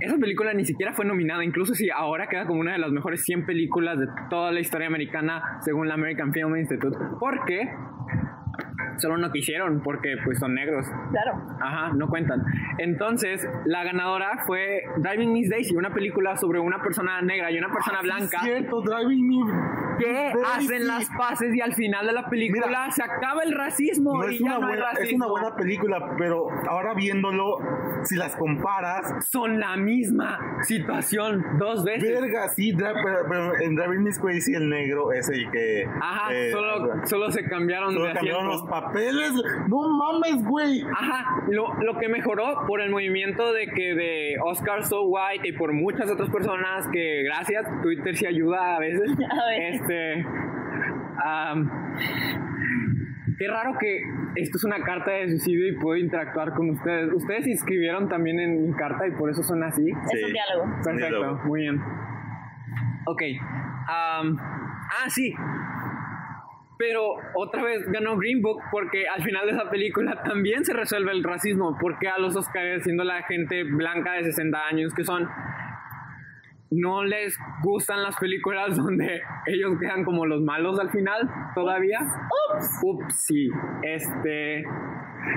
[SPEAKER 1] esa película ni siquiera fue nominada, incluso si ahora queda como una de las mejores 100 películas de toda la historia americana, según la American Film Institute, porque solo no quisieron, porque pues son negros.
[SPEAKER 2] Claro.
[SPEAKER 1] Ajá, no cuentan. Entonces, la ganadora fue Driving Miss Daisy, una película sobre una persona negra y una persona blanca
[SPEAKER 3] Ah, cierto, Driving Me.
[SPEAKER 1] que
[SPEAKER 3] Daisy.
[SPEAKER 1] hacen las paces y al final de la película
[SPEAKER 3] Mira,
[SPEAKER 1] se acaba el racismo
[SPEAKER 3] No
[SPEAKER 1] y
[SPEAKER 3] es,
[SPEAKER 1] ya
[SPEAKER 3] una
[SPEAKER 1] no hay
[SPEAKER 3] buena, es
[SPEAKER 1] racismo.
[SPEAKER 3] una buena película, pero ahora viéndolo, si las comparas,
[SPEAKER 1] Son la misma situación dos veces.
[SPEAKER 3] verga, sí, dra- pero, pero en Driving Miss Crazy el negro es el que.
[SPEAKER 1] Ajá,
[SPEAKER 3] eh,
[SPEAKER 1] solo, solo se cambiaron
[SPEAKER 3] solo
[SPEAKER 1] de
[SPEAKER 3] cambiaron los
[SPEAKER 1] asiento.
[SPEAKER 3] papeles. No mames, güey.
[SPEAKER 1] Ajá, lo, lo que mejoró por el movimiento de que de Oscar So White y por muchas otras personas que gracias, Twitter sí ayuda a veces.
[SPEAKER 2] A ver.
[SPEAKER 1] Este. am, qué raro que esto es una carta de suicidio y puedo interactuar con ustedes. Ustedes se inscribieron también en mi carta y por eso son así.
[SPEAKER 2] Es un diálogo.
[SPEAKER 1] Perfecto,
[SPEAKER 3] Diálogo.
[SPEAKER 1] muy bien. Ok. am, ah, sí. Pero otra vez ganó Green Book porque al final de esa película también se resuelve el racismo. Porque a los Oscars, siendo la gente blanca de 60 años que son, no les gustan las películas donde ellos quedan como los malos al final todavía. Ups. Ups, sí. Este.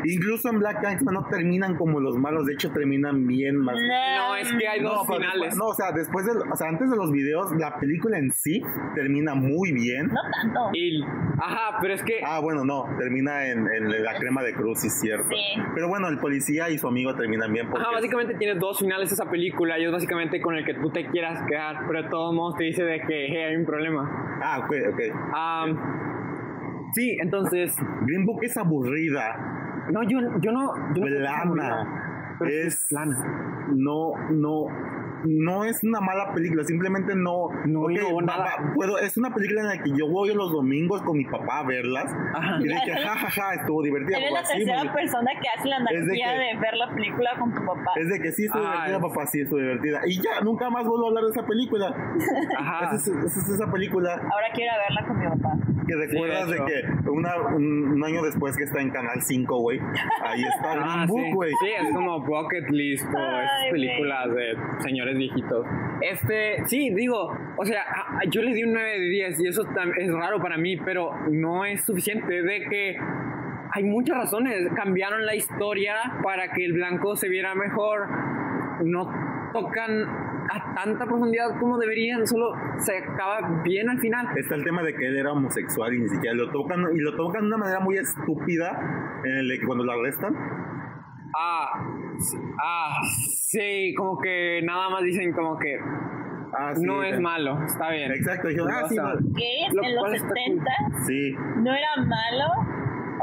[SPEAKER 3] Incluso en Black Kingsman no terminan como los malos, de hecho terminan bien más.
[SPEAKER 1] No, es que hay dos
[SPEAKER 3] pero
[SPEAKER 1] finales.
[SPEAKER 3] después- no, o sea, después del, o sea, antes de los videos, la película en sí termina muy bien.
[SPEAKER 2] No tanto.
[SPEAKER 1] Y, ajá, pero es que
[SPEAKER 3] Ah, bueno, no, termina en, en la crema de cruz, sí, es cierto.
[SPEAKER 2] Sí.
[SPEAKER 3] Pero bueno, el policía y su amigo terminan bien porque
[SPEAKER 1] Ajá, básicamente tiene dos finales esa película y es básicamente con el que tú te quieras quedar, pero de todos modos te dice de que hey, hay un problema.
[SPEAKER 3] Ah, ok, ok.
[SPEAKER 1] Am, sí, entonces,
[SPEAKER 3] Green Book es aburrida,
[SPEAKER 1] no, yo, yo no... Yo no creo que sea
[SPEAKER 3] plana.
[SPEAKER 1] aburrida, pero sí
[SPEAKER 3] Es
[SPEAKER 1] plana.
[SPEAKER 3] No, no, no es una mala película, simplemente no.
[SPEAKER 1] No
[SPEAKER 3] ok,
[SPEAKER 1] innovó
[SPEAKER 3] va-
[SPEAKER 1] nada.
[SPEAKER 3] va- puedo, es una película en la que yo voy los domingos con mi papá a verlas
[SPEAKER 1] Ajá.
[SPEAKER 3] y de que jajaja, estuvo divertida.
[SPEAKER 2] Eres la
[SPEAKER 3] papá, sí,
[SPEAKER 2] tercera
[SPEAKER 3] muy-
[SPEAKER 2] persona que hace la
[SPEAKER 3] Es de
[SPEAKER 2] analogía
[SPEAKER 3] que-
[SPEAKER 2] de, ver la película con tu papá.
[SPEAKER 3] es de que sí estuvo
[SPEAKER 1] Ah,
[SPEAKER 3] divertida,
[SPEAKER 1] es-
[SPEAKER 3] papá, sí estuvo divertida. Y ya, nunca más vuelvo a hablar de esa película.
[SPEAKER 1] Ajá.
[SPEAKER 3] Esa es- esa es esa película
[SPEAKER 2] Ahora quiero ir a verla con mi papá.
[SPEAKER 3] Que recuerdas
[SPEAKER 1] Sí, de
[SPEAKER 3] de, que una- un, un año después que está en Canal 5, güey. Ahí está Green
[SPEAKER 1] Ah,
[SPEAKER 3] Book,
[SPEAKER 1] sí.
[SPEAKER 3] güey.
[SPEAKER 1] Sí, es como Pocket List o esas
[SPEAKER 2] Ay,
[SPEAKER 1] películas de señores viejitos. Este, sí, digo, o sea, a- a- yo le di un 9 de 10 y eso tam- es raro para mí, pero no es suficiente de que hay muchas razones. Cambiaron la historia para que el blanco se viera mejor. No tocan a tanta profundidad como deberían, solo se acaba bien al final.
[SPEAKER 3] Está el tema de que él era homosexual y ni siquiera lo tocan. Y lo tocan de una manera muy estúpida en el de que cuando lo arrestan.
[SPEAKER 1] Ah, sí, ah, sí, como que nada más dicen como que
[SPEAKER 3] Ah, sí,
[SPEAKER 1] no es
[SPEAKER 3] eh,
[SPEAKER 1] malo, está bien.
[SPEAKER 3] Exacto, dijeron,
[SPEAKER 1] No
[SPEAKER 3] ah, sí,
[SPEAKER 1] pasa.
[SPEAKER 3] no.
[SPEAKER 2] Que
[SPEAKER 1] Lo
[SPEAKER 2] en los
[SPEAKER 1] cual está cool.
[SPEAKER 2] 70
[SPEAKER 3] Sí.
[SPEAKER 2] no era malo.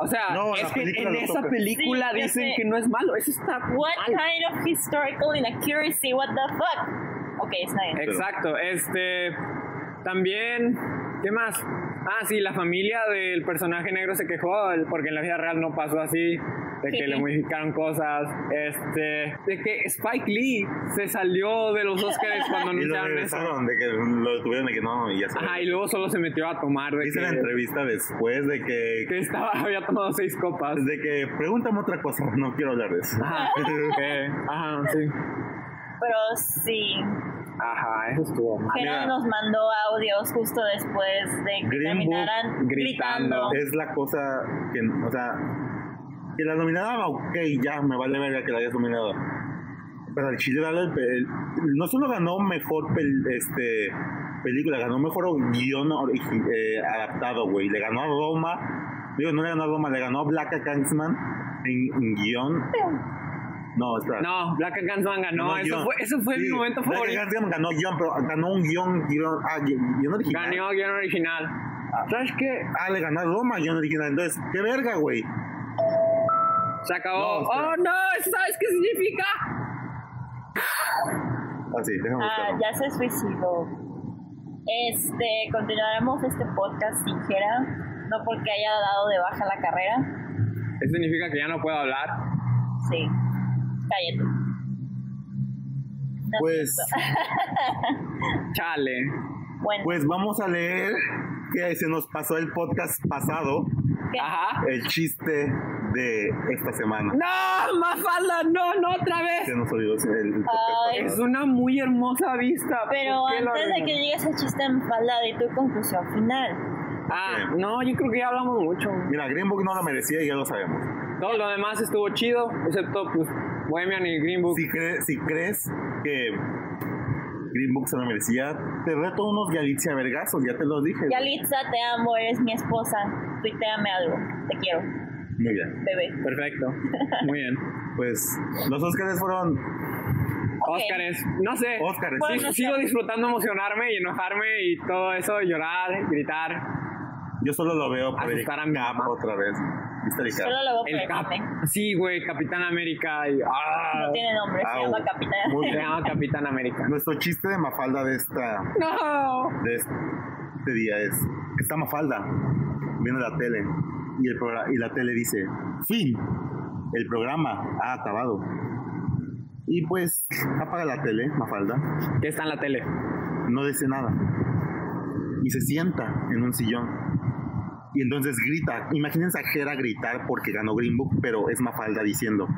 [SPEAKER 1] O sea,
[SPEAKER 3] No,
[SPEAKER 1] es
[SPEAKER 3] la
[SPEAKER 1] que
[SPEAKER 3] película
[SPEAKER 1] en
[SPEAKER 3] lo
[SPEAKER 1] esa
[SPEAKER 3] toca.
[SPEAKER 1] película
[SPEAKER 2] Sí, ya
[SPEAKER 1] dicen
[SPEAKER 2] sé.
[SPEAKER 1] que no es malo, eso está
[SPEAKER 2] What
[SPEAKER 1] mal.
[SPEAKER 2] kind of historical inaccuracy? What the fuck? Ok, está bien.
[SPEAKER 1] Exacto, este también ¿qué más? Ah, sí, la familia del personaje negro se quejó el- porque en la vida real no pasó así, de que
[SPEAKER 2] Sí.
[SPEAKER 1] le modificaron cosas, este, de que Spike Lee se salió de los Oscars cuando
[SPEAKER 3] Y lo
[SPEAKER 1] anunciaron eso.
[SPEAKER 3] regresaron, de que lo detuvieron, de que no, y ya se
[SPEAKER 1] Ajá, y luego solo se metió a tomar de
[SPEAKER 3] Hice la
[SPEAKER 1] que,
[SPEAKER 3] entrevista después de que.
[SPEAKER 1] que estaba había tomado seis copas.
[SPEAKER 3] De que pregúntame otra cosa, no quiero hablar de eso.
[SPEAKER 1] Ajá, que- ajá, sí.
[SPEAKER 2] Pero sí,
[SPEAKER 1] Ajá, eso estuvo mal.
[SPEAKER 2] Jero
[SPEAKER 3] Ah, mira.
[SPEAKER 2] nos mandó audios justo después de que
[SPEAKER 3] Green Book
[SPEAKER 2] terminaran
[SPEAKER 1] gritando.
[SPEAKER 2] gritando.
[SPEAKER 3] es la cosa que, o sea, que la nominada, ok, ya me vale verga que la hayas nominado. Pero el Chile dale el pe- el- no solo ganó mejor pel- este, película, ganó mejor guión origi- eh, adaptado, güey. Le ganó a Roma, digo, no le ganó a Roma, le ganó a Black Kingsman en, en guión. No, espera.
[SPEAKER 1] No, Black Gansman ganó.
[SPEAKER 3] Ganó
[SPEAKER 1] eso,
[SPEAKER 3] guión.
[SPEAKER 1] fue, eso fue mi
[SPEAKER 3] Sí,
[SPEAKER 1] momento
[SPEAKER 3] Black
[SPEAKER 1] favorito.
[SPEAKER 3] Kingsman ganó guión, pero ganó un guión, guión, ah, gui- guión original.
[SPEAKER 1] Ganó guión original. ¿Sabes qué?
[SPEAKER 3] Ah, le ganó a Roma guión original. Entonces, qué verga, güey.
[SPEAKER 1] Se acabó.
[SPEAKER 3] No, espera.
[SPEAKER 1] ¡Oh, no! ¿Sabes qué significa?
[SPEAKER 3] Así, déjame
[SPEAKER 2] Ah,
[SPEAKER 3] buscarlo.
[SPEAKER 2] ya se suicidó. Este, continuaremos este podcast sin Jera, no porque haya dado de baja la carrera.
[SPEAKER 1] Eso significa que ya no puedo hablar.
[SPEAKER 2] Sí, cállate. No
[SPEAKER 3] Pues,
[SPEAKER 1] Chale.
[SPEAKER 2] Bueno,
[SPEAKER 3] pues vamos a leer que se nos pasó el podcast pasado,
[SPEAKER 2] ¿qué?
[SPEAKER 1] Ajá.
[SPEAKER 3] el chiste de esta semana.
[SPEAKER 1] No, Mafalda, no, no otra vez.
[SPEAKER 3] Se nos olvidó el, el
[SPEAKER 2] Ay.
[SPEAKER 3] podcast
[SPEAKER 1] Es
[SPEAKER 3] pasado.
[SPEAKER 1] una muy hermosa vista.
[SPEAKER 2] Pero
[SPEAKER 1] ¿por qué lo
[SPEAKER 2] antes de que
[SPEAKER 1] arruinas?
[SPEAKER 2] llegue ese chiste enfadado y tu conclusión final.
[SPEAKER 1] Ah, no, yo creo que ya hablamos mucho.
[SPEAKER 3] Mira, Green Book no lo merecía y ya lo sabemos.
[SPEAKER 1] Todo lo demás estuvo chido, excepto pues Bohemian y Green Book.
[SPEAKER 3] Si, cre- si crees que Green Book se lo merecía, te reto unos Galicia Vergazos, ya te lo dije.
[SPEAKER 2] Yalitza, te amo, eres mi esposa. Tuiteame algo. Te quiero,
[SPEAKER 3] Muy bien.
[SPEAKER 2] bebé.
[SPEAKER 1] Perfecto. Muy bien.
[SPEAKER 3] Pues los Óscares fueron
[SPEAKER 2] Ok.
[SPEAKER 1] Óscares, no sé.
[SPEAKER 3] Óscares.
[SPEAKER 2] Bueno,
[SPEAKER 1] Sigo- Sigo disfrutando emocionarme y enojarme y todo eso, llorar, gritar.
[SPEAKER 3] Yo solo lo veo por el
[SPEAKER 1] Asustar a mi
[SPEAKER 3] Cap
[SPEAKER 1] mamá.
[SPEAKER 3] otra vez. ¿Viste el Cap?
[SPEAKER 2] Solo lo voy a
[SPEAKER 1] El Cap.
[SPEAKER 2] poner.
[SPEAKER 1] Sí, güey, Capitán América. Y, ah,
[SPEAKER 2] No tiene nombre, se
[SPEAKER 3] Au.
[SPEAKER 2] llama Capitán.
[SPEAKER 3] Muy
[SPEAKER 1] se llama Capitán América.
[SPEAKER 3] Nuestro chiste de Mafalda de esta
[SPEAKER 1] No.
[SPEAKER 3] de este día es está Mafalda viendo la tele y el progra- y la tele dice fin el programa ha acabado y pues apaga la tele Mafalda
[SPEAKER 1] Que está en la tele.
[SPEAKER 3] no dice nada y se sienta en un sillón y entonces grita imagínense a Jera gritar porque ganó Green Book pero es Mafalda diciendo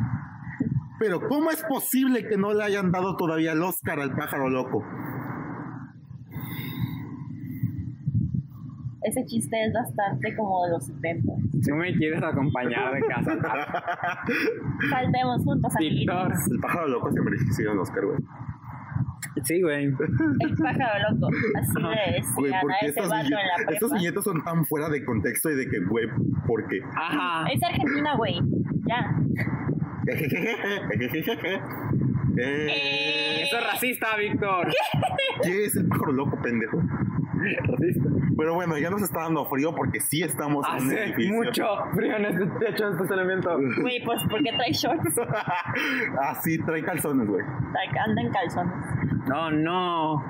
[SPEAKER 3] pero cómo es posible que no le hayan dado todavía el Oscar al pájaro loco
[SPEAKER 2] Ese chiste es bastante como de los 70.
[SPEAKER 1] Si no me quieres acompañar de casa. tal.
[SPEAKER 2] Saltemos juntos, amiguitos.
[SPEAKER 1] Víctor.
[SPEAKER 3] el pájaro loco se mereció un Oscar güey
[SPEAKER 1] Sí, güey.
[SPEAKER 2] El pájaro loco. Así de
[SPEAKER 3] Güey,
[SPEAKER 2] decían
[SPEAKER 3] ¿por
[SPEAKER 2] a
[SPEAKER 3] qué
[SPEAKER 2] ese
[SPEAKER 3] estas,
[SPEAKER 2] vato en
[SPEAKER 3] viñe-
[SPEAKER 2] la
[SPEAKER 3] estas
[SPEAKER 2] prepa.
[SPEAKER 3] viñetas son tan fuera de contexto y de que, güey, ¿por qué?
[SPEAKER 1] Ajá.
[SPEAKER 2] Es Argentina, güey. Ya.
[SPEAKER 3] Eh,
[SPEAKER 1] Eso es racista, Víctor.
[SPEAKER 3] ¿Qué es el pájaro loco, pendejo?
[SPEAKER 1] Racista.
[SPEAKER 3] Pero bueno, ya nos está dando frío porque sí estamos en un
[SPEAKER 1] Hace
[SPEAKER 3] edificio.
[SPEAKER 1] mucho frío en este techo, en este estacionamiento.
[SPEAKER 2] Güey, pues ¿por qué trae shorts?
[SPEAKER 3] Así Ah, trae calzones, güey.
[SPEAKER 2] Anda en calzones.
[SPEAKER 1] No, no.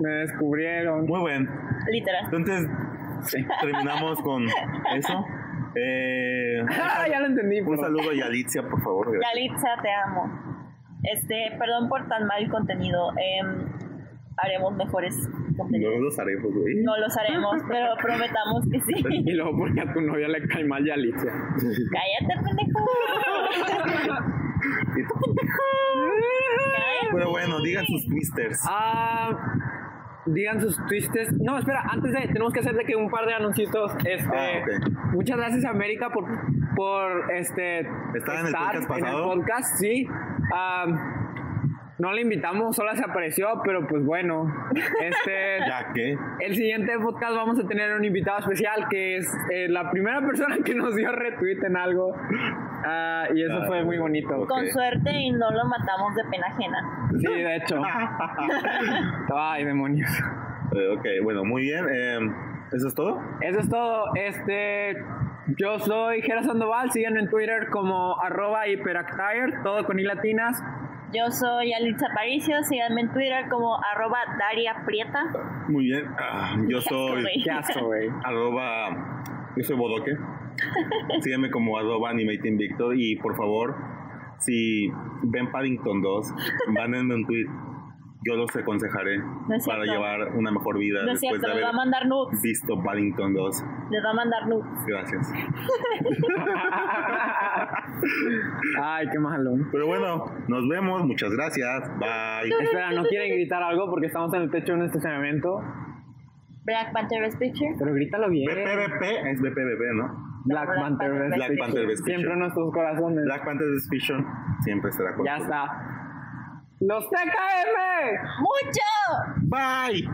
[SPEAKER 1] Me descubrieron.
[SPEAKER 3] Muy bien.
[SPEAKER 2] Literal.
[SPEAKER 3] Entonces,
[SPEAKER 1] Sí.
[SPEAKER 3] terminamos con eso. Eh,
[SPEAKER 1] Ah, ya lo entendí.
[SPEAKER 3] un
[SPEAKER 1] pero-
[SPEAKER 3] saludo a Yalitza, por favor. Gracias.
[SPEAKER 2] Yalitza, te amo. Este, perdón por tan mal contenido. em, haremos mejores contenidos.
[SPEAKER 3] No los haremos, güey.
[SPEAKER 2] No los haremos, pero prometamos que sí.
[SPEAKER 1] Y luego porque a tu novia le cae mal Yalitza.
[SPEAKER 2] Cállate, pendejo. Cállate.
[SPEAKER 3] Pero bueno, digan sus twisters.
[SPEAKER 1] Ah, digan sus twistes. No, espera, antes de, tenemos que hacer de que un par de anuncios. Este,
[SPEAKER 3] Ah, ok.
[SPEAKER 1] Muchas gracias América por, por este,
[SPEAKER 3] Estar en el podcast pasado.
[SPEAKER 1] el podcast, sí. Ah, no le invitamos, solo se apareció, pero pues bueno. Este,
[SPEAKER 3] Ya que.
[SPEAKER 1] El siguiente podcast vamos a tener un invitado especial que es eh, la primera persona que nos dio retweet en algo. Ah, y eso
[SPEAKER 3] Ah,
[SPEAKER 1] fue muy bonito.
[SPEAKER 2] Con
[SPEAKER 3] Ok.
[SPEAKER 2] suerte y no lo matamos de pena ajena.
[SPEAKER 1] Sí, de hecho. Ay, demonios.
[SPEAKER 3] Eh, ok, bueno, muy bien. eh, ¿Eso es todo?
[SPEAKER 1] Eso es todo. Este, yo soy Jera Sandoval. Síganme en Twitter como arroba hyperactire, todo con i latinas.
[SPEAKER 2] Yo soy Yalitza Paricio. Síganme en Twitter como arroba Daria Prieta.
[SPEAKER 3] Muy bien. Ah, yo soy
[SPEAKER 1] Qué asco, güey.
[SPEAKER 3] arroba... Yo soy Bodoque. Sígueme como arroba Animating Victor y por favor, si ven Paddington 2, mándenme un tweet. Yo los aconsejaré
[SPEAKER 2] es cierto.
[SPEAKER 3] para llevar una mejor vida
[SPEAKER 2] No es
[SPEAKER 3] después
[SPEAKER 2] cierto,
[SPEAKER 3] de
[SPEAKER 2] les va a
[SPEAKER 3] haber
[SPEAKER 2] mandar nudes.
[SPEAKER 3] visto Paddington 2.
[SPEAKER 2] Les va a mandar nudes.
[SPEAKER 3] Gracias.
[SPEAKER 1] Ay, qué malo.
[SPEAKER 3] Pero bueno, nos vemos. Muchas gracias. Bye.
[SPEAKER 1] Espera, ¿no quieren gritar algo? Porque estamos en el techo de un estacionamiento.
[SPEAKER 2] Black Panther is Picture.
[SPEAKER 1] Pero grítalo bien.
[SPEAKER 3] BPBP es BPBP, ¿no?
[SPEAKER 1] Black Panther. Best
[SPEAKER 3] Black
[SPEAKER 1] Picture.
[SPEAKER 3] Panther Best Picture.
[SPEAKER 1] Siempre en nuestros corazones.
[SPEAKER 3] Black Panther is Fiction siempre estará con
[SPEAKER 1] Ya está. ¡Los TKM!
[SPEAKER 2] ¡Mucho!
[SPEAKER 3] Bye.